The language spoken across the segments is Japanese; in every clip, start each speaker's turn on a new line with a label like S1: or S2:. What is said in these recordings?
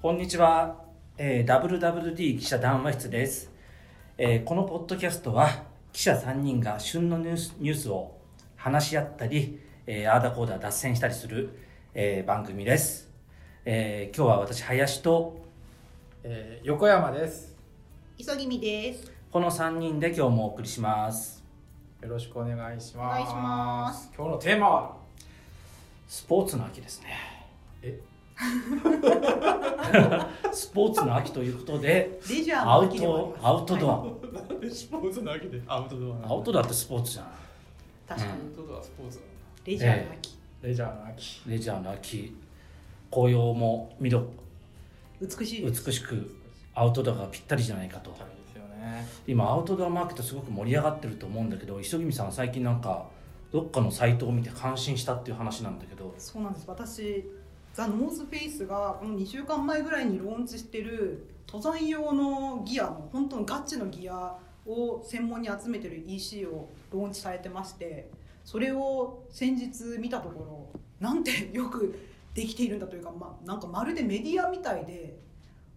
S1: こんにちは、えー WWD 記者談話室です、えーこのポッドキャストは記者3人が旬のニュースニュースを話し合ったり、えーアーダコーダー脱線したりする、えー番組です、えー今日は私林と
S2: えー横山です。
S3: 急ぎみです。
S1: この3人で今日もお送りします
S2: よろしくお願いします。
S3: お願いします
S2: 今日のテーマは
S1: スポーツの秋ですね
S2: え
S1: スポーツの秋ということで
S3: レジャー
S1: ア
S3: も
S1: ウ
S3: できれば
S1: トアウトドア、
S2: なんでスポーツの秋でアウトドア
S1: アウトドアってスポーツじゃん
S3: 確かに、
S2: ウトドアスポーツなんだ
S3: レジャーの秋、
S2: レジャーの秋
S1: レジャーの秋紅葉も見ど
S3: 美しいです。
S1: 美しくアウトドアがぴったりじゃないかと
S2: 旅ですよね。
S1: 今アウトドアマーケットすごく盛り上がってると思うんだけど磯君さん最近なんかどっかのサイトを見て感心したっていう話なんだけど
S3: そうなんです。私ザノースフェイスがこの2週間前ぐらいにローンチしてる登山用のギアの本当にガチのギアを専門に集めてる EC をローンチされてまして、それを先日見たところなんてよくできているんだというか、まあなんかまるでメディアみたいで、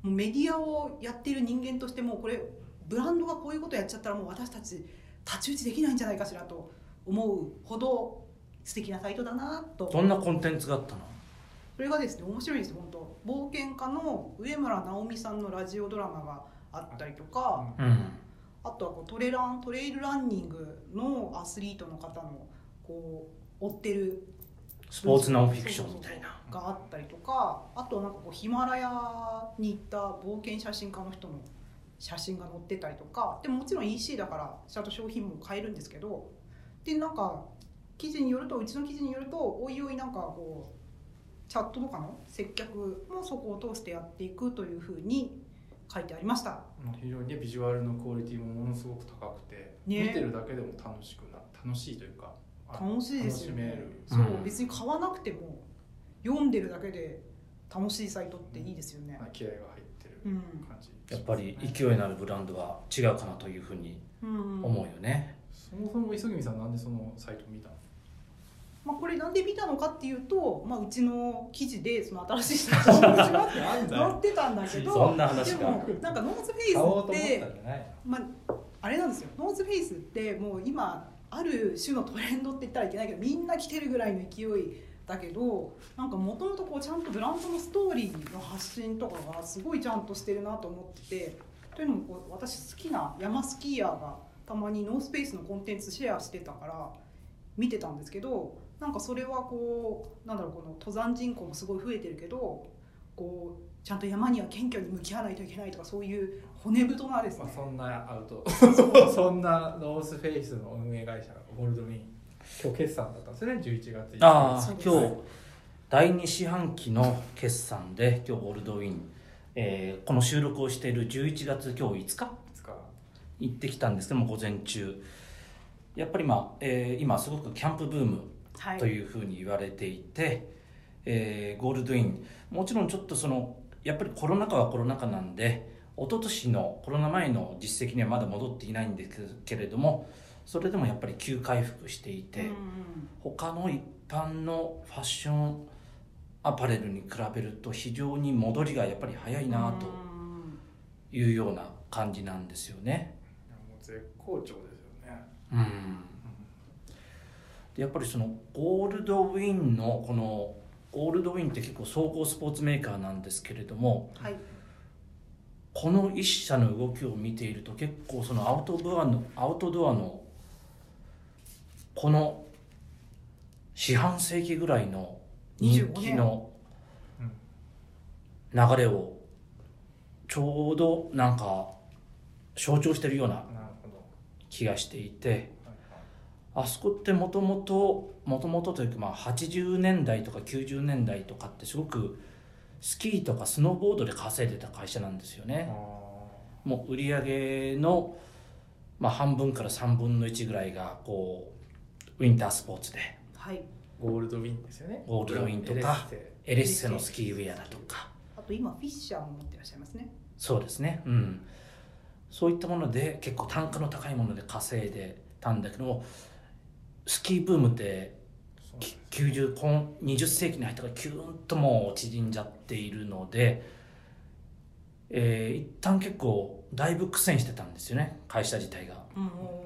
S3: もうメディアをやっている人間としてもうこれブランドがこういうことやっちゃったらもう私たち太刀打ちできないんじゃないかしらと思うほど素敵なサイトだなと
S1: どんなコンテンツがあったの
S3: それがですね面白いんですよ本当冒険家の上村直美さんのラジオドラマがあったりとか、
S1: うん
S3: あとはこうトレラントレイルランニングのアスリートの方のこう追ってる
S1: スポーツノンフィクションみたいな
S3: そうそうそうがあったりとかあとはなんかこうヒマラヤに行った冒険写真家の人の写真が載ってたりとかでももちろん EC だからちゃんと商品も買えるんですけどでなんか記事によるとうちの記事によるとおいおいなんかこうチャットとかの接客もそこを通してやっていくというふうに書いてありました
S2: もう非常にねビジュアルのクオリティもものすごく高くて、
S3: ね
S2: 見てるだけでも楽しくな楽しいというかあ
S3: 楽しいですよね
S2: 楽し
S3: そう
S2: める。
S1: うん
S3: 別に買わなくても読んでるだけで楽しいサイトっていいですよね
S2: まあ気合が入ってる
S3: うん、
S2: 感じ、
S1: やっぱり勢いのあるブランドは違うかなというふうに
S3: うん、
S1: 思うよね、
S2: そもそも磯君さんなんでそのサイト見たの？
S3: まあ、これなんで見たのかっていうと、まあ、うちの記事でその新しい写真 が
S2: なん
S3: 載ってたんだけど
S1: そんな話が
S3: でもなんかノースフェイ
S2: 買おうと思
S3: ス
S2: ったん
S3: っ
S2: じ
S3: て
S2: ゃないの？
S3: まあ、あれなんですよノーズフェイスってもう今ある種のトレンドって言ったらいけないけどみんな着てるぐらいの勢いだけどなんかもともとこうちゃんとブランドのストーリーの発信とかがすごいちゃんとしてるなと思っててというのもこう私好きな山スキーヤーがたまにノースペースのコンテンツシェアしてたから見てたんですけどなんかそれはこうなんだろうこの登山人口もすごい増えてるけどこうちゃんと山には謙虚に向き合わないといけないとかそういう骨太なです
S2: ま
S3: ね
S2: あ、そんなアウ トそんなノースフェイスの運営会社ゴールドウィン今日決算だったんですよね11月1日
S1: ああ
S3: そうです
S1: 今日第2四半期の決算で今日ゴールドウィン、えーこの収録をしている11月今日5日
S2: ですか
S1: 行ってきたんですけども午前中やっぱり、まあえー今すごくキャンプブーム
S3: はい
S1: というふうに言われていて、えーゴールドインもちろんちょっとそのやっぱりコロナ禍はコロナ禍なんで一昨年のコロナ前の実績にはまだ戻っていないんですけれどもそれでもやっぱり急回復していて、
S3: うんうん
S1: 他の一般のファッションアパレルに比べると非常に戻りがやっぱり早いなと
S3: うん
S1: いうような感じなんですよね。
S2: いやもう絶好調ですよね、
S1: うんでやっぱりそのゴールドウィンのこのゴールドウィンって結構総合スポーツメーカーなんですけれども
S3: はい
S1: この一社の動きを見ていると結構そのアウトドアのアウトドアのこの四半世紀ぐらいの人気の
S2: うん
S1: 流れをちょうどなんか象徴してるような
S2: なるほど
S1: 気がしていて。
S2: はいはい
S1: あそこってもともともともとというかまあ80年代とか90年代とかってすごくスキーとかスノーボードで稼いでた会社なんですよね
S2: あ
S1: もう売り上げのまあ半分から3分の1ぐらいがこうウィンタースポーツで
S3: はい
S2: ーゴールドウィンですよね
S1: ゴールドウィンとか
S2: エレッセ
S1: エレッセのスキーウェアだとか
S3: あと今フィッシャーも持ってらっしゃいますね
S1: そうですねうんそういったもので結構単価の高いもので稼いでたんだけどもスキーブームって
S2: そうなんです
S1: 90こん20世紀に入ったからキューンともう縮んじゃっているのでえー一旦結構だいぶ苦戦してたんですよね会社自体が
S3: うん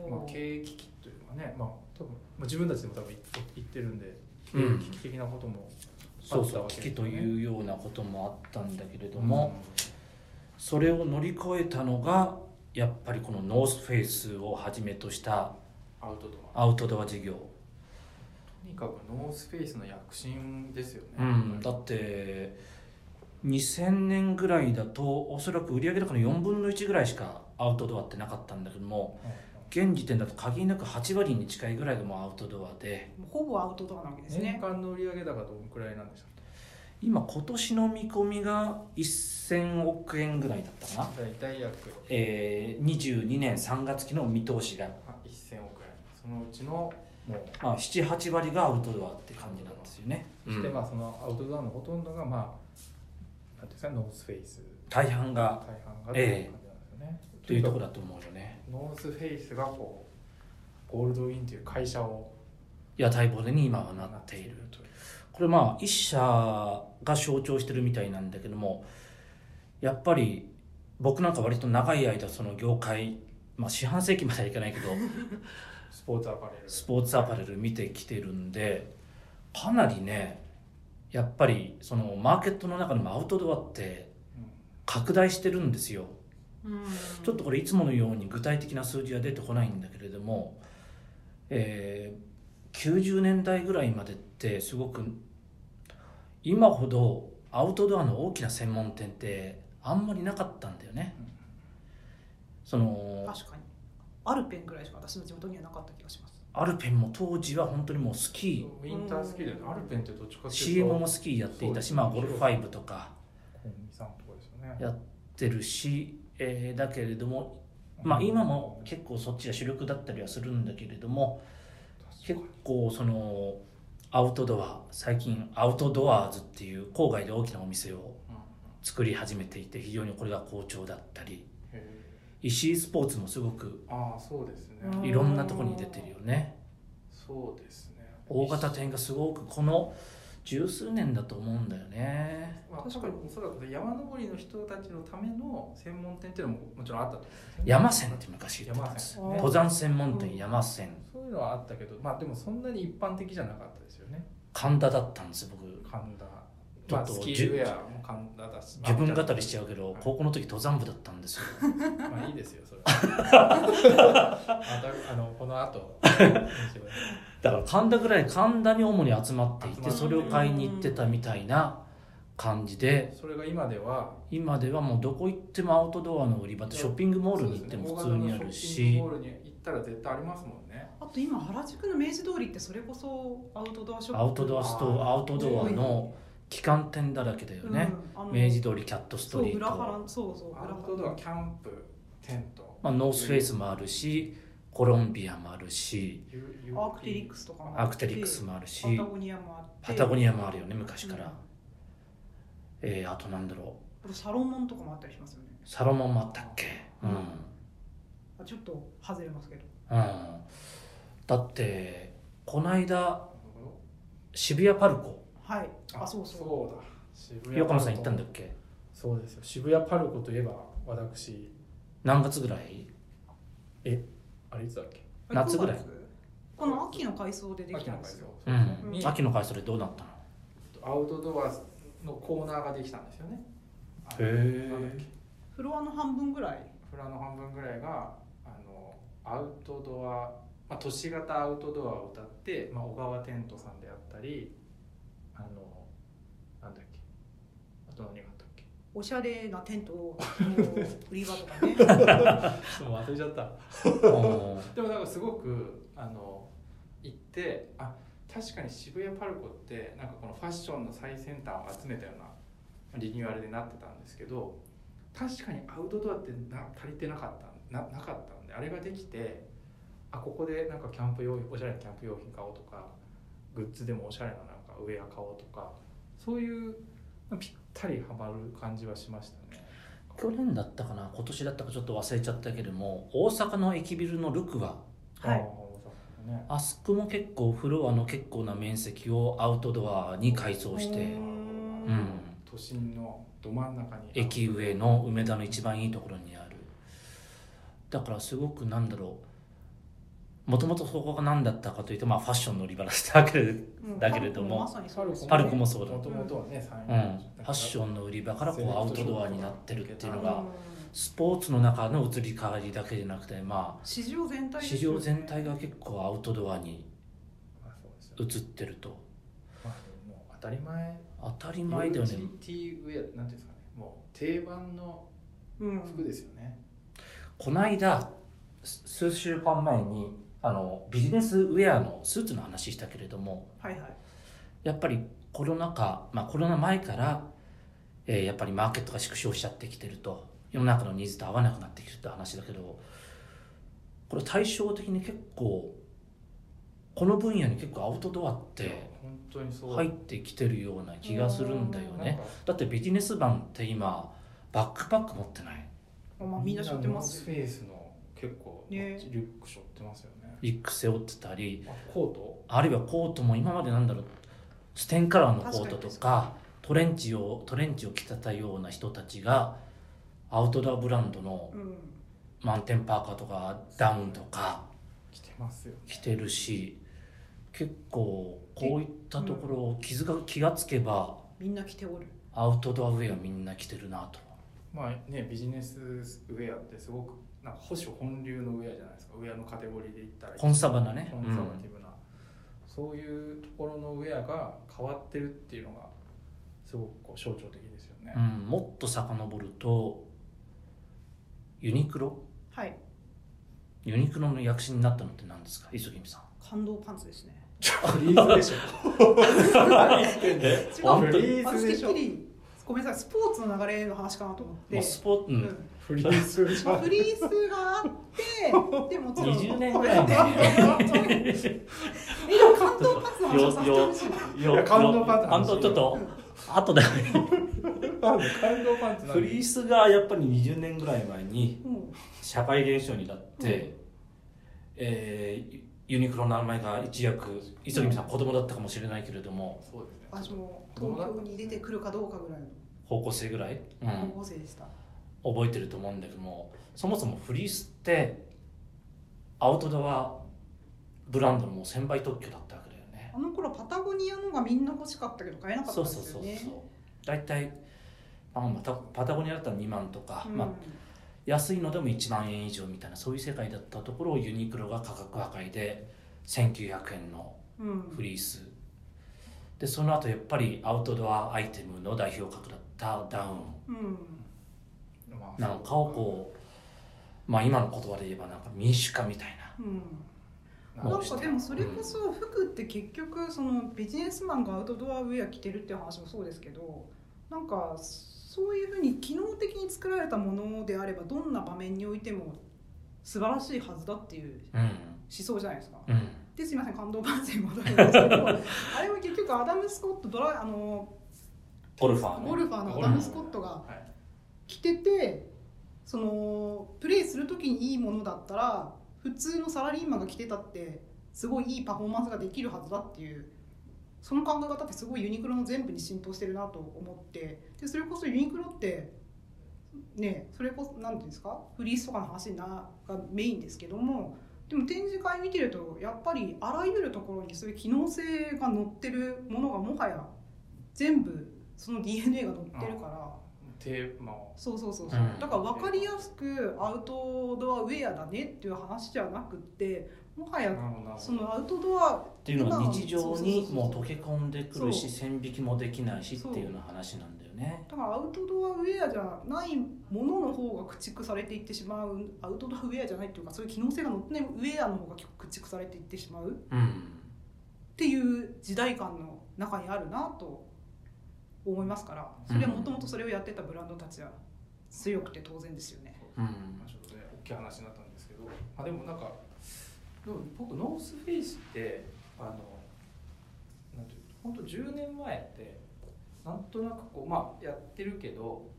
S2: まあ、経営危機というかね、まあ、多分、まあ、自分たちでも多分言って言ってるんで経営危機的なこともあ
S1: そう
S2: った
S1: そう
S2: わ
S1: 危
S2: け
S1: 機
S2: です
S1: と
S2: よね
S1: いうようなこともあったんだけれども、それを乗り越えたのがやっぱりこのノースフェイスをはじめとした
S4: アウトドア
S1: アウトドア事業、
S4: とにかくノースフェイスの躍進ですよね、
S1: うん、だって2000年ぐらいだとおそらく売上高の4分の1ぐらいしかアウトドアってなかったんだけども
S2: うん
S1: 現時点だと限りなく8割に近いぐらいがもうアウトドアで
S3: ほぼアウトドアなわけです
S2: 年
S3: ね。
S2: 間の売上高どのくらいなんでしょ
S1: 今今年の見込みが1000億円ぐらいだったかな、
S2: う大体約
S1: えー22年3月期の見通しが、
S4: あ1000億円そのうちの
S2: もう
S1: まあ、78割がアウトドアって感じなんですよね、
S2: そして
S1: うん
S2: まあそのアウトドアのほとんどがまあなんていうんですかノースフェイス
S1: 大半
S2: 大
S1: が
S2: 半がってい
S1: ええ
S2: う感じなんですよね、
S1: というところだと思うよね
S4: ノースフェイスがこ
S2: ゴールドウィンという会社を
S1: 屋台骨に今はなっているというこれまあ一社が象徴してるみたいなんだけどもやっぱり僕なんか割と長い間その業界、まあ、四半世紀まではいかないけど
S2: スポーツアパレル
S1: スポーツアパレル見てきてるんでかなりねやっぱりそのマーケットの中でもアウトドアって拡大してるんですよ
S3: うん
S1: ちょっとこれいつものように具体的な数字は出てこないんだけれども、えー90年代ぐらいまでってすごく今ほどアウトドアの大きな専門店ってあんまりなかったんだよね。その
S3: 確かにアルペンぐらいしか私の地元にはなかった気がします。
S1: アルペンも当時は本当にもうス
S4: う
S1: キ
S4: ウィンタースキーだよねアルペンってどっちか
S1: ー
S4: っていう
S1: CM
S4: と
S1: もスキーやっていたし、
S2: そう
S1: まあ、ゴルフ5とか
S2: コンビさんとこですよね
S1: やってるし、えーだけれども、まあ、今も結構そっちが主力だったりはするんだけれども
S2: 確
S1: 結
S2: かに
S1: 構そのアウトドア最近アウトドアーズっていう郊外で大きなお店を
S4: うんうん
S1: 作り始めていて非常にこれが好調だったり
S4: へえ
S1: 石井スポーツもすごく
S4: ああそうですね、
S3: うん
S1: いろんなとこに出てるよね
S4: そうですね
S1: 大型店がすごくこの十数年だと思うんだよね
S4: まあ、確かにおそらく山登りの人たちのための専門店っていうのももちろんあったと思うんですよね
S1: 山線って昔言ってたん
S4: 山
S1: です
S4: 線
S3: ね
S1: 登山専門店山線
S2: そういうのはあったけどまあでもそんなに一般的じゃなかったですよね
S1: 神田だったんです僕
S2: 神田
S1: ちょ
S4: ま
S1: っ
S4: あ、
S1: と
S4: スキーウェアも簡単だし
S1: 自分語りしちゃうけど高校の時登山部だったんですよ
S2: まあいいですよそれはまたあのこの後
S1: だから神田ぐらい神田に主に集まってい
S2: 集まって
S1: て
S2: る
S1: それを買いに行ってたみたいな感じで
S2: それが今では
S1: 今ではもうどこ行ってもアウトドアの売り場ってショッピングモールに行っても普通にある
S4: そうですね大型のショッピン
S1: し
S4: グモールに行ったら絶対ありますもんね
S3: あと今原宿の明治通りってそれこそアウトドアショップ
S1: アウトドアストアアウトドアの旗艦店だらけだよね、
S3: うんあの
S1: 明治通りキャットス
S3: そ
S1: ト
S3: う
S1: リー
S3: 裏
S1: ト、
S3: 原そうそう
S4: ア
S3: 裏
S4: ウトドアキャンプテント
S1: まあ、ノースフェイスもあるしコロンビアもあるし
S3: アークテリック
S4: ス
S3: スとかもあ
S1: ア
S3: って
S1: クテリックスもあるし
S3: パタゴニアもあって
S1: パタゴニアもあ
S3: る
S1: るよね昔から、えーあとなんだろ
S3: あとサロモンとかもあったりしますよね
S1: うサロモンもあったっけ
S3: うん
S1: うん
S3: あちょっと外れますけど
S1: うんだってこないだ渋谷パルコ
S3: はいあそうそう
S4: そうだ渋谷
S1: 横野さん行ったんだっけ
S2: そうですよ渋谷パルコといえば私
S1: 何月ぐらい
S2: あれいつだっけ
S3: あれ
S1: 夏ぐらい
S3: 9月この秋の改装でできたんですよ
S1: う
S4: うん
S1: ん、
S3: うん
S1: 秋の会社でどうなったの
S4: アウトドアのコーナーができたんですよねあのなんだっけ
S3: フロアの半分ぐらい
S4: フラの半分ぐらいがあのアウトドア、まあ、都市型アウトドアを歌って、まあ、小川テントさんであったりあのなんだっけあと何があったっけ
S3: おしゃれなテン トを売り場とかね
S2: そう忘れちゃった
S1: おー
S4: でもなんかすごくあの行ってあ確かに渋谷パルコってなんかこのファッションの最先端を集めたようなリニューアルになってたんですけど確かにアウトドアってな足りてなかったななかったんであれができてあここでなんかキャンプ用品おしゃれなキャンプ用品買おうとかグッズでもおしゃれななんかウェア買おうとかそういうぴったりはまる感じはしましたね。
S1: 去年だったかな今年だったかちょっと忘れちゃったけれども大阪の駅ビルのルクは
S3: はい
S4: あーそうだね
S1: あそこも結構フロアの結構な面積をアウトドアに改装して
S3: うー
S1: う
S3: ん
S1: ん
S4: 都心のど真ん中に
S1: 駅上の梅田の一番いいところにあるだからすごくなんだろうもともとそこが何だったかというと、まあ、ファッションの売り場だったけれど
S3: うん
S1: だけれども
S3: パルコまさにそうですね
S1: パルコもそうだ、う
S4: も
S1: ん、フ
S4: ともとはね三
S1: ァッションの売り場からこうアウトドアになってるっていうのがスポーツの中の移り変わりだけじゃなくてま
S3: 市場全体
S1: あ
S3: ですよ
S1: 市
S3: ね
S1: 場全体が結構アウトドアに
S4: まあそうですよ
S1: 移
S4: ね
S1: ってると
S4: まあでももう当たり前
S1: 当たり前だよね
S4: UGT ウェアなんていうんですかねもう定番の
S3: うん
S4: 服ですよね、
S1: この間す数週間前にあのビジネスウェアのスーツの話したけれども
S3: はいはい
S1: やっぱりコロナ禍、まあ、コロナ前から、えーやっぱりマーケットが縮小しちゃってきてると世の中のニーズと合わなくなってきてるって話だけどこれ対照的に結構この分野に結構アウトドアっ
S4: いや
S1: て
S4: 本当にそう、
S1: 入ってきてるような気がするんだよ
S4: なん
S1: ね
S4: か
S1: だってビジネス版って今バックパック持ってない
S3: まあみんな知ってます
S4: みんなノースフェイスの結構リ
S3: ね
S4: ュック背負ってますよね
S1: リュック背負ってたり
S4: あコート
S1: あるいはコートも今までなんだろうステンカラーのコートとか
S3: 確か
S1: トレンチをトレンチを着てたような人たちがアウトドアブランドの
S3: うん
S1: マウンテンパーカーとかダウンとか
S4: 着てますよ、ね、
S1: 着てるし結構こういったところを気づか気がつけば
S3: みんな着ておる
S1: アウトドアウェアみんな着てるなと
S4: まあねビジネスウェアってすごくなんか保守本流のウェアじゃないですかウェアのカテゴリーで言ったら
S1: コンサバなね
S4: コンサバティブな、そういうところのウェアが変わってるっていうのがすごくこう象徴的ですよね、
S1: うん、うんもっと遡るとユニクロ
S3: はい
S1: ユニクロの躍進になったのって何ですか磯君さん
S3: 感動パンツですね
S4: フリーズでしょ何言ってんだよ
S3: 違
S1: 本当
S3: う
S4: フリーズで
S3: 私
S4: してょ
S3: っきりごめんなさいスポーツの流れの話かなと思って
S1: もうスポーツ、う
S3: うんん
S4: フリーズでし
S3: まあ
S4: ょ
S3: フリースがあ ってでもちろん
S1: 20年ぐらい前
S3: えでも関東パスの話をさせてほしいな
S4: や感動パンツ
S1: 感動ちょっと後 で
S4: 感動パンツなん
S1: フ
S4: で
S1: リースがやっぱり20年ぐらい前に
S3: も
S1: 社会現象になって、えーユニクロの名前が一躍磯君さん子供だったかもしれないけれども
S4: そうですね
S3: う私も東京に出てくるかどうかぐらいの
S1: 高校生ぐらい、う
S3: 高
S1: ん、
S3: 校生でした、
S1: 覚えてると思うんだけどもそもそもフリースってアウトドアブランドのもう1000倍特許だったわけだよね
S3: あの頃パタゴニアのがみんな欲しかったけど買えなかった
S1: そ
S3: ん
S1: う
S3: です
S1: そうそう
S3: よね
S1: そう大体あまたパタゴニアだったら2万とか、
S3: うん
S1: まあ、安いのでも1万円以上みたいなそういう世界だったところをユニクロが価格破壊で1900円の
S3: うん
S1: フリースでその後やっぱりアウトドアアイテムの代表格だったダウン
S3: うん
S4: まあ
S1: なんかをこうまあ今の言葉で言えばなんか民主化みたいな
S3: うん
S4: な
S1: も
S3: な
S1: うん
S3: かでもそれこそ服って結局そのビジネスマンがアウトドアウェア着てるって話もそうですけどなんかそういうふうに機能的に作られたものであればどんな場面においても素晴らしいはずだっていう思
S1: うん
S3: 想じゃないですか。
S1: うん
S3: ですいません感動万世に戻るんですけどあれは結局アダム・スコットドラあの
S1: ゴルファーの
S3: ゴルファーのアダム・スコットが
S4: はい
S3: 着ててそのプレイする時にいいものだったら普通のサラリーマンが着てたってすごいいいパフォーマンスができるはずだっていうその考え方ってすごいユニクロの全部に浸透してるなと思ってでそれこそユニクロってねそれこそ何ていうんですかフリースとかの話ながメインですけどもでも展示会見てるとやっぱりあらゆるところにそういう機能性が載ってるものがもはや全部その DNA が載ってるから。
S4: テーマを
S3: そうそうそうそう、
S1: うん
S3: だから分かりやすくアウトドアウェアだねっていう話じゃなくってもはや
S4: なるほどなるほど
S3: そのアウトドア
S1: っていうのが日常にもう
S3: そうそうそうそ
S1: 溶
S3: う
S1: け込んでくるし
S3: そ
S1: 線引きもできないしっ
S3: そう
S1: ていうような話なんだよね
S3: だからアウトドアウェアじゃないものの方が駆逐されていってしまうアウトドアウェアじゃないっていうかそういう機能性が載ってないウェアの方が駆逐されていってしまうっ
S1: うん
S3: ていう時代感の中にあるなと思いますからそれはもともとそれをやってたブランドたちは強くて当然ですよね。
S1: うん
S4: まあ、ちょっとね大きい話になったんですけど、まあ、でもなんかでも僕ノースフェイスってあのなんていうの本当10年前ってなんとなくこうまあやってるけど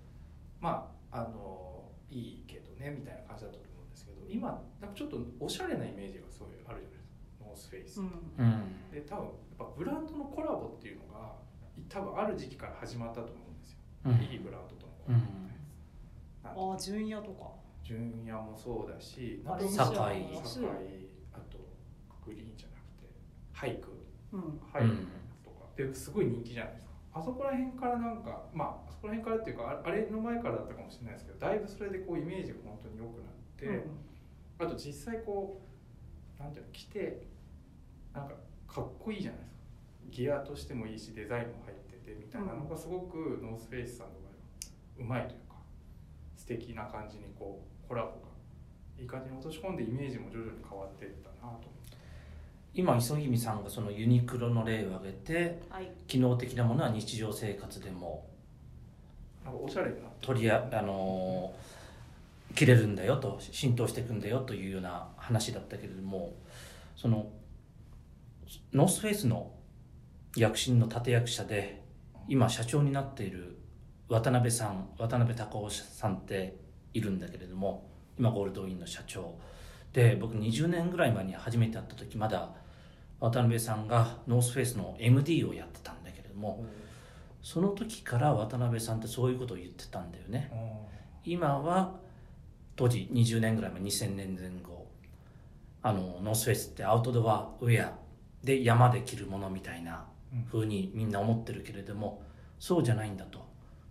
S4: まああのいいけどねみたいな感じだったと思うんですけど今なんかちょっとおしゃれなイメージがすごいあるじゃないですかノースフェイス。
S3: うん
S1: うん
S4: で多分やっぱブランドのコラボっていうのが多分ある時期から始まったと思うんですよ。
S1: うん
S4: いいブランドとのコ
S1: う
S4: ラボ
S1: ん
S4: ねなんか
S3: ああ純也とか
S4: 純也もそうだし
S3: バレンシア
S4: なんか
S3: とか
S1: 堺
S3: そ
S4: 堺
S3: う
S4: あとグリーンじゃなくてハイク
S3: うん
S4: ハイクとかですごい人気じゃないですかあそこら辺からなんかまああそこら辺からっていうかああれの前からだったかもしれないですけどだいぶそれでこうイメージが本当に良くなって、
S3: うん
S4: あと実際こうなんていうの着てなんかかっこいいじゃないですかギアとしてもいいしデザインも入っててみたいなのがすごくノースフェイスさんの場合はうまいというか素敵な感じにこうコラボがいい感じに落とし込んでイメージも徐々に変わっていったなと思って
S1: 今磯君さんがそのユニクロの例を挙げて
S3: はい
S1: 機能的なものは日常生活でも
S4: なんかおしゃれになって
S1: 取りあ、あのー切れるんだよと浸透していくんだよというような話だったけれどもそのノースフェイスの躍進の立役者で今社長になっている渡辺さん渡辺孝夫さんっているんだけれども今ゴールドウィンの社長で僕20年ぐらい前に初めて会った時まだ渡辺さんがノースフェイスの MD をやってたんだけれどもその時から渡辺さんってそういうことを言ってたんだよね今は当時20年ぐらい前2000年前後あのノースフェイスってアウトドアウェアで山で着るものみたいな風にみんな思ってるけれどもそうじゃないんだと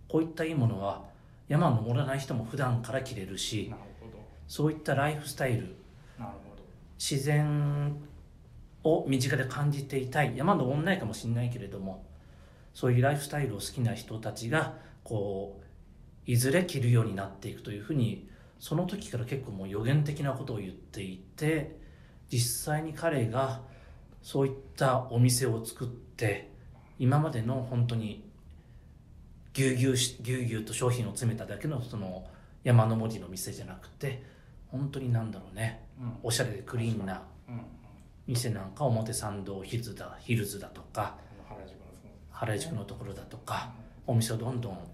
S1: こういったいいものは山登らない人も普段から着れるし
S4: なるほど
S1: そういったライフスタイル
S4: なるほど
S1: 自然を身近で感じていたい山登んないかもしれないけれどもそういうライフスタイルを好きな人たちがこういずれ着るようになっていくというふうにその時から結構もう予言的なことを言っていて実際に彼がそういったお店を作って今までの本当にぎゅうぎゅうしぎゅうぎゅうと商品を詰めただけのその山の文字の店じゃなくて本当になんだろうね
S4: うん
S1: おしゃれでクリーンな
S4: うんうん
S1: 店なんか表参道ヒルズだヒルズだとか
S4: あの原宿のそうです
S1: 原宿のところだとかお店をどんどん
S4: なるほ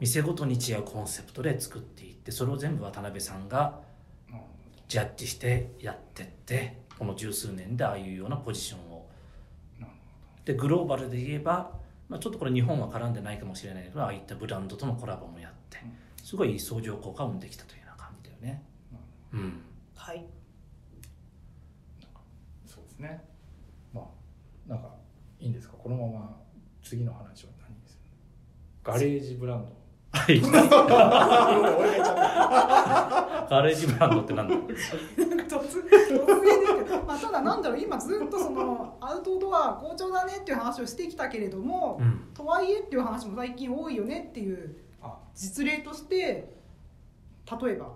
S1: 店ごとに違うコンセプトで作っていってそれを全部渡辺さんが
S4: どなるほ
S1: ジャッジしてやってってこの十数年でああいうようなポジションを
S4: どなる
S1: でグローバルで言えば、まあ、ちょっとこれ日本は絡んでないかもしれないけどああいったブランドとのコラボもやって
S4: うん
S1: すごい相乗効果を生んできたというような感じだよね。
S4: ほど
S1: うん
S3: はい
S4: そうですね
S2: まあなんかいいんですかこのまま次の話は何ですガレージブラ ンド
S1: はい、ガレージブランドってなんだ
S3: 突突然ですけど、まあ、ただなんだろう今ずっとそのアウトドア好調だねっていう話をしてきたけれども、
S1: うん
S3: とはいえっていう話も最近多いよねっていう
S4: あ
S3: 実例として例えば、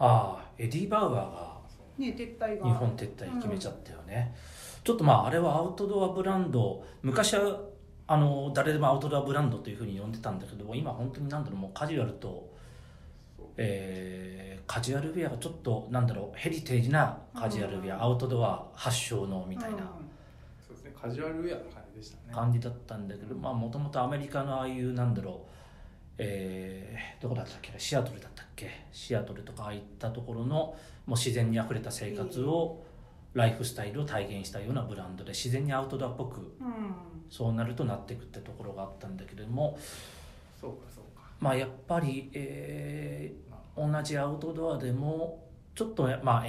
S1: ああエディ・バウアーが
S4: そう
S3: ね、撤退が
S1: 日本撤退決めちゃったよね、ちょっとまああれはアウトドアブランド昔はあの誰でもアウトドアブランドというふうに呼んでたんだけども今本当になんだろうもうカジュアルと、
S4: そう
S1: えーカジュアルウェアがちょっとなんだろうヘリテージなカジュアルウェア、
S3: うん
S1: アウトドア発祥のみたいな、
S4: そうですね、カジュアルウェアの感じでしたね。
S1: 感じだったんだけどまあもともとアメリカのああいうなんだろうえーどこだったっけシアトルだったっけシアトルとかああいったところのもう自然にあふれた生活をライフスタイルを体現したようなブランドで自然にアウトドアっぽく
S3: うん、うん
S1: そうなるとなっていくってところがあったんだけれども
S4: そうか、そうか。
S1: まあやっぱり、え
S4: なる
S1: ー同じアウトドアでもちょっと、まあ、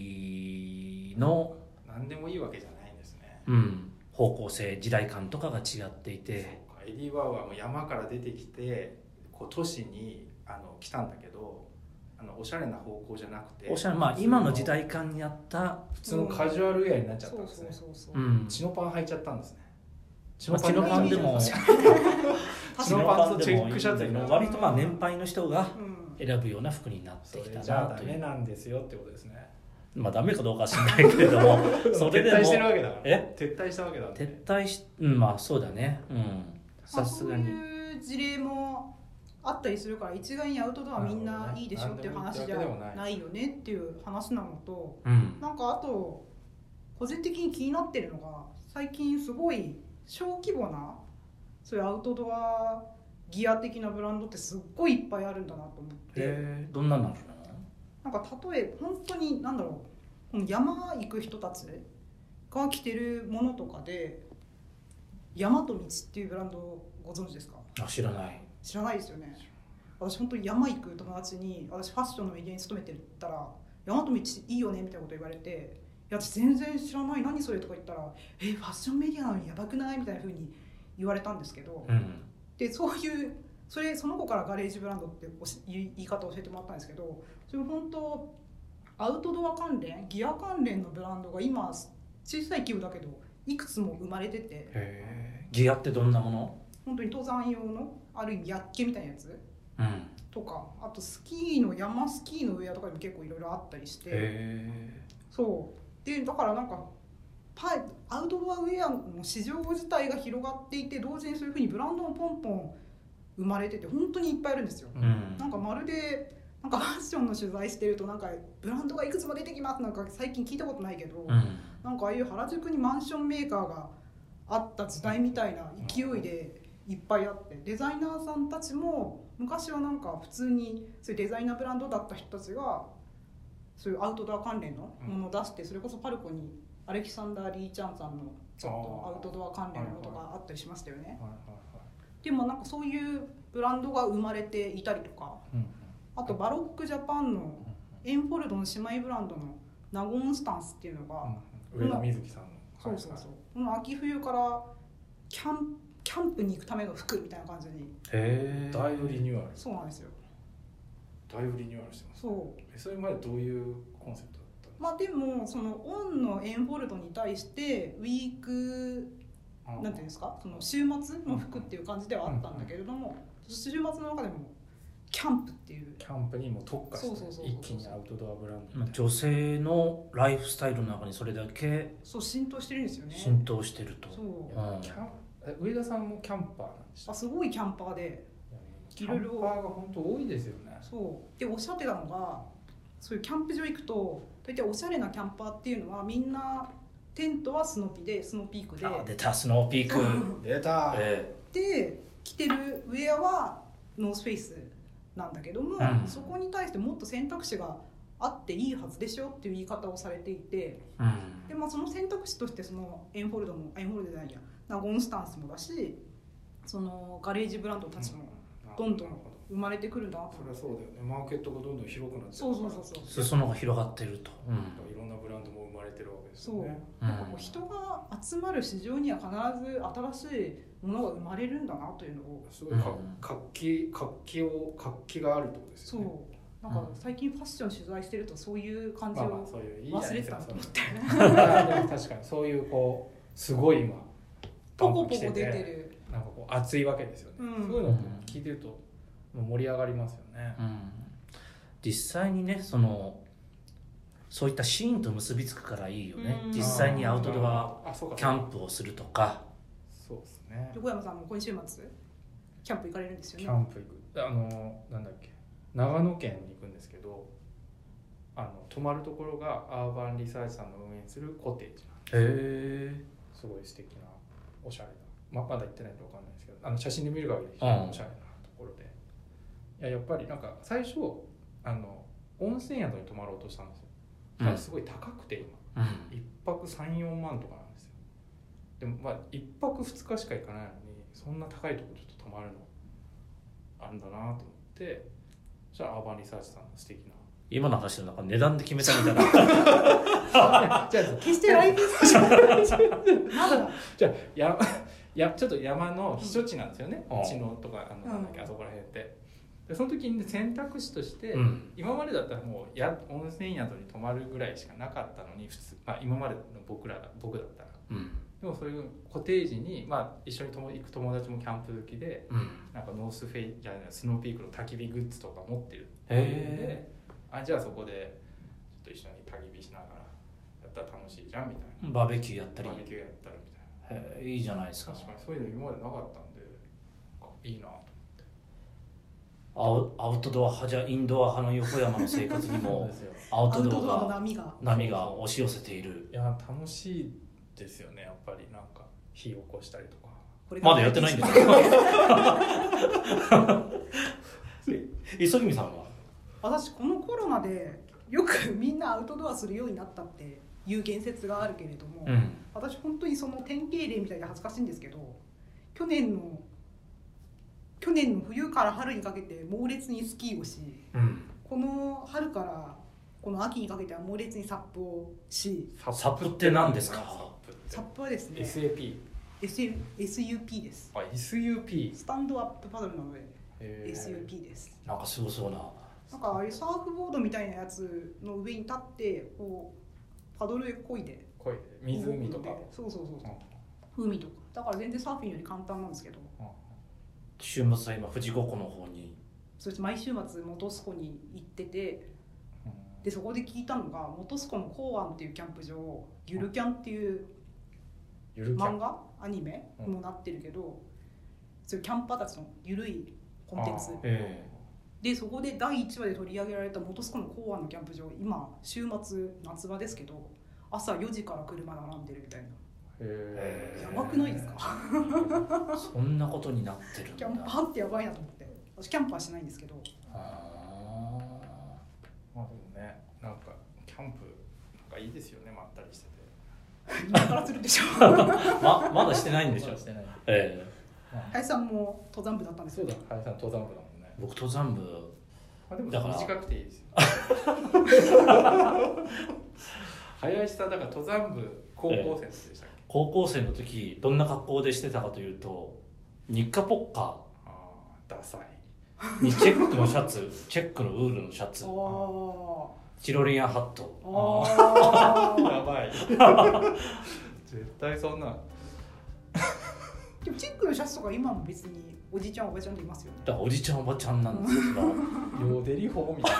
S1: MD の、
S4: 何でもいいわけじゃないんですね。
S1: うん、方向性時代感とかが違っていて。
S4: そうか、エディ・バウアーも山から出てきて、こう都市にあの来たんだけど、あのおしゃれな方向じゃなくて、
S1: おしゃれまあ今の時代感にあった、
S4: 普通のカジュアルウェアになっちゃった
S3: そ
S4: ん
S3: う
S4: です
S3: そ
S4: ね
S3: う。そうそう、
S1: うん、
S4: チノパン履いちゃったんですね。
S1: まあチノパンでも
S3: チ
S1: チ
S4: チ
S1: ノ
S4: ノ
S1: パ
S4: パ
S1: ン
S4: ン
S1: でも
S4: とチ
S1: いい
S4: ェックシャツ
S1: ん
S4: に
S1: だけど
S3: な
S1: 割とまあ年配の人が
S3: うん
S1: 選ぶような服になって
S2: そ
S1: き
S2: れ
S1: た
S2: じゃ
S1: な
S2: あ
S1: と
S2: ダ
S1: い
S2: メ
S1: う
S2: なんですよってことですね
S1: まあダメかどうかは知らないけれども それでも
S4: 撤退してるわけだから。
S1: え
S4: 撤退したわけだもんね
S1: 撤退しうんまあそうだねうん
S3: ま
S1: さ
S3: あ、
S1: す
S3: そう
S1: がに
S3: いう事例もあったりするから一概にアウトドアみんないいでしょっていう話じゃないよねっていう話なのと
S1: うん
S3: なんかあと個人的に気になってるのが最近すごい小規模なそういうアウトドアギア的なブランドってすっごいいっぱいあるんだなと思って
S1: えーどんなのある
S3: なんか例えば本当に何だろうこの山行く人たちが着てるものとかで大和道っていうブランドをご存知ですか
S1: あ知らない
S3: 知らないですよね私本当に山行く友達に私ファッションのメディアに勤めてるって言ったら「大和道いいよね」みたいなこと言われて「いや私全然知らない何それ」とか言ったら「えファッションメディアなのにやばくない?」みたいな風に言われたんですけど、
S1: うん
S3: でそういうそれその子からガレージブランドっておし言い言い方を教えてもらったんですけどそれ本当アウトドア関連ギア関連のブランドが今小さい規模だけどいくつも生まれてて
S1: へえギアってどんなもの
S3: 本当に登山用のある意味やっけみたいなやつ
S1: うん
S3: とかあとスキーの山スキーのウェアとかにも結構いろいろあったりし
S1: へ
S3: て
S1: え
S3: そうでだからなんかパイアウトドアウェアの市場自体が広がっていて同時にそういうふうにブランドもポンポン生まれてて本当にいっぱいいるんですよ。
S1: うん
S3: なんかまるでなんかファッションの取材してるとなんかブランドがいくつも出てきますなんか最近聞いたことないけど、
S1: うん
S3: なんかああいう原宿にマンションメーカーがあった時代みたいな勢いでいっぱいあってデザイナーさんたちも昔はなんか普通にそういうデザイナーブランドだった人たちがそういうアウトドア関連のものを出してそれこそパルコにアレキサンダー・リー・チャンさんのちょっとアウトドア関連のとかあったりしましたよね。
S4: はいはい
S3: でもなんかそういうブランドが生まれていたりとか
S4: はいうん
S3: あとバロックジャパンのエンフォルドの姉妹ブランドのナゴンスタンスっていうのが、
S4: うんうん上田瑞希さんの
S3: そうそうそうこの秋冬からキャンキャンプに行くための服みたいな感じに
S1: へえ
S4: だいぶリニューアル
S3: そうなんですよ
S5: だいぶリニューアルしてます
S3: そ
S5: えそれまでどういうコンセプトだったの
S3: うまあでもそのオンのエンフォルドに対してウィークなんていうんですかその週末の服っていう感じではあったんだけれども週末の中でもキャンプっていう
S4: キャンプにも特化し
S3: そうそうそう
S4: て
S3: そう
S4: 一気にアウトドアブランド
S1: まあ
S4: みたい
S1: 女性のライフスタイルの中にそれだけ
S3: そう浸透してるんですよね
S1: 浸透してると、
S3: そう
S1: う
S4: な、
S1: ん
S4: キャンえ上田さんもキャンパーなんでした
S3: あすごいキャンパーで
S4: キャンパーが本当多いですよね
S3: そうでおっしゃってたのがそういうキャンプ場行くと大体おしゃれなキャンパーっていうのはみんなテントはスノピでスノピークで
S1: あ出たスノーピーク、
S4: 出た
S1: え
S3: で着てるウェアはノースフェイスなんだけども、
S1: うん
S3: そこに対してもっと選択肢があっていいはずでしょっていう言い方をされていて
S1: えうん
S3: で、まあ、その選択肢としてそのエンフォルドもあエンフォルドじゃないやナゴンスタンスもだしそのガレージブランドたちもどんどん
S5: なるほど
S3: 生まれてくるなと
S5: それはそうだよねマーケットがどんどん広くなって
S3: そうそうそうそう
S1: 裾野が広がってると、うん
S5: いろんなブランドも生まれてるわけです
S3: そ
S5: よ
S3: う
S5: ね
S3: なんかこう人が集まる市場には必ず新しいものが生まれるんだなというのを
S5: すごいか
S1: うん
S5: 活気活気を活気があるってことです
S3: そ
S5: よね
S3: うなんか最近ファッション取材してるとそういう感じ
S5: まあまあ
S3: を
S5: そういういいじゃない
S3: 忘れ
S5: です
S3: てた
S5: か
S3: なと
S5: そ
S3: 思
S5: の
S3: って
S4: あ ーでも確かにそういうこうすごい今
S3: ポコポコ
S4: バ
S3: 出
S4: ン
S3: て
S4: バン来
S3: る
S4: なんかこう熱いわけですよね、
S3: うん
S4: そういうのって聞いてるともう盛り上がりますよね、
S1: うん実際にねそのそういったシーンと結びつくからいいよね、
S3: うん
S1: 実際にアウトドア
S5: あそうか
S1: キャンプをするとか
S4: そうですね
S3: 横山さんも今週末キャンプ行かれるんですよ
S4: キ
S3: ね
S4: ャンプ行くあのなんだっけ長野県に行くんですけどあの泊まるところがアーバンリサーチさんの運営するコテージなんで
S1: へえ
S4: すごい素敵なおしゃれな、ままだ行ってないんでわかんないですけどあの写真で見る限り非
S1: う
S4: 常
S1: ん
S4: におしゃれなところで、いややっぱりなんか最初あの温泉宿に泊まろうとしたんですよただすごい高くて今、
S1: うん
S4: 一泊34万とかなんですよでもまあ一泊二日しか行かないのにそんな高いとこちょっと泊まるのあるんだなと思ってそしたらアーバンリサーチさんの素敵な
S1: 今の話の中値段で決めたみたいな
S4: じゃあ
S3: 決してライブスタイ ルまだ
S4: じゃあややちょっと山の避暑地なんですよね
S1: うん
S4: 知能とかあのなんだっけ、
S3: うん
S4: あそこら辺ってでその時にね選択肢として、
S1: うん
S4: 今までだったらもうや温泉宿に泊まるぐらいしかなかったのに普通、まあ、今までの僕らが僕だったら
S1: うん
S4: でもそういうコテージに、まあ、一緒にとも行く友達もキャンプ好きで
S1: うん
S4: なんかノースフェイじゃないスノーピークの焚き火グッズとか持ってるっていうん
S1: へ
S4: であじゃあそこでちょっと一緒に焚き火しながらやったら楽しいじゃんみたいな
S1: バーベキューやったり
S4: バーベキューやったらみたいな
S1: へえいいじゃないですか
S4: 確かにそういうの今までなかったんであいいなと
S1: アウアウトドア派じゃインドア派の横山の生活に
S4: 思
S1: も
S4: ですよ
S1: ア
S3: ア
S1: ウ
S3: ウ
S1: ト
S3: ト
S1: ド
S3: ドア
S1: ア
S3: の
S1: が
S3: 波が
S1: 波が押し寄せている
S4: いや楽しいですよねやっぱりなんか火起こしたりとか
S3: これから
S1: まだやってないんです
S3: か
S1: 磯君さんは
S3: 私このコロナでよくみんなアウトドアするようになったっていう言説があるけれども、
S1: うん
S3: 私本当にその典型例みたいで恥ずかしいんですけど去年の去年の冬から春にかけて猛烈にスキーをし
S1: うん
S3: この春からこの秋にかけては猛烈にサップをし
S1: サップって何ですか
S3: サップはですね
S4: SAP
S3: SU SUP です
S4: あ SUP
S3: スタンドアップパドルなので
S4: へー
S3: SUP です
S1: なんかすごそうな
S3: なんかああいうサーフボードみたいなやつの上に立ってこうパドルで漕いで
S4: こういう湖とか
S3: こうそうそうそう
S4: う
S3: そ
S4: ん
S3: う海とかだから全然サーフィンより簡単なんですけど
S1: 週末は今富士五湖の方に
S3: そして毎週末本栖湖に行ってて
S4: うん
S3: でそこで聞いたのが本栖湖の港湾っていうキャンプ場ゆるキャンっていう
S4: ゆるキャ
S3: 漫
S4: ン
S3: 画アニメ
S4: うん
S3: もなってるけどそういうキャンパーたちのゆるいコンテンツ
S4: あー
S1: え
S3: でそこで第1話で取り上げられた本栖湖の港湾のキャンプ場今週末夏場ですけど朝4時から車並んでるみたい
S4: へ
S3: な
S4: ー
S3: やばくないですか
S1: そんなことになってるん
S3: キ
S1: だ
S3: ャンパーってやばいなと思って私キャンパーしないんですけ ど
S1: あ
S4: まあでもねなんかキャンプなんかいいですよねまったりしてて
S3: 今からするでしょ
S1: ーままだしてないんでしょ
S4: まだしてない
S1: え
S3: 林さんも登山部だったんです
S4: そ
S3: よ
S4: うだ
S3: ね
S4: 林さん登山部だもんね
S1: え僕登山部
S4: まあでも
S1: だから
S4: 短くていいですよ林さんだから登山部高校生でしたっけ、
S1: 高校生の時どんな格好でしてたかというと日課ポッカ
S4: ああダサい
S1: にチェックのシャツチェックのウールのシャツ
S3: お
S1: チロリアンハット
S3: ーあー
S4: やばい 絶対そんな
S3: でもチェックのシャツとか今も別におじいちゃんおばあちゃんでいますよね
S1: だからおじちゃんおばちゃんなんですけど
S4: ヨーデリ法みたいな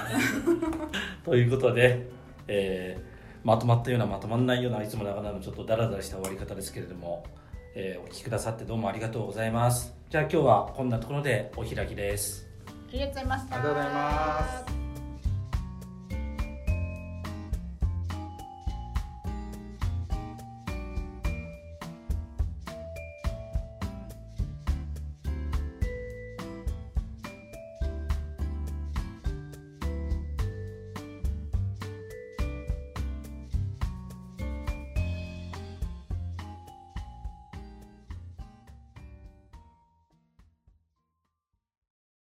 S1: ということで、えーまとまったようなまとまらないようないつもなかなかのちょっとダラダラした終わり方ですけれども、えーお聞きくださってどうもありがとうございますじゃあ今日はこんなところでお開きです
S3: ありがとうございました
S4: ありがとうございます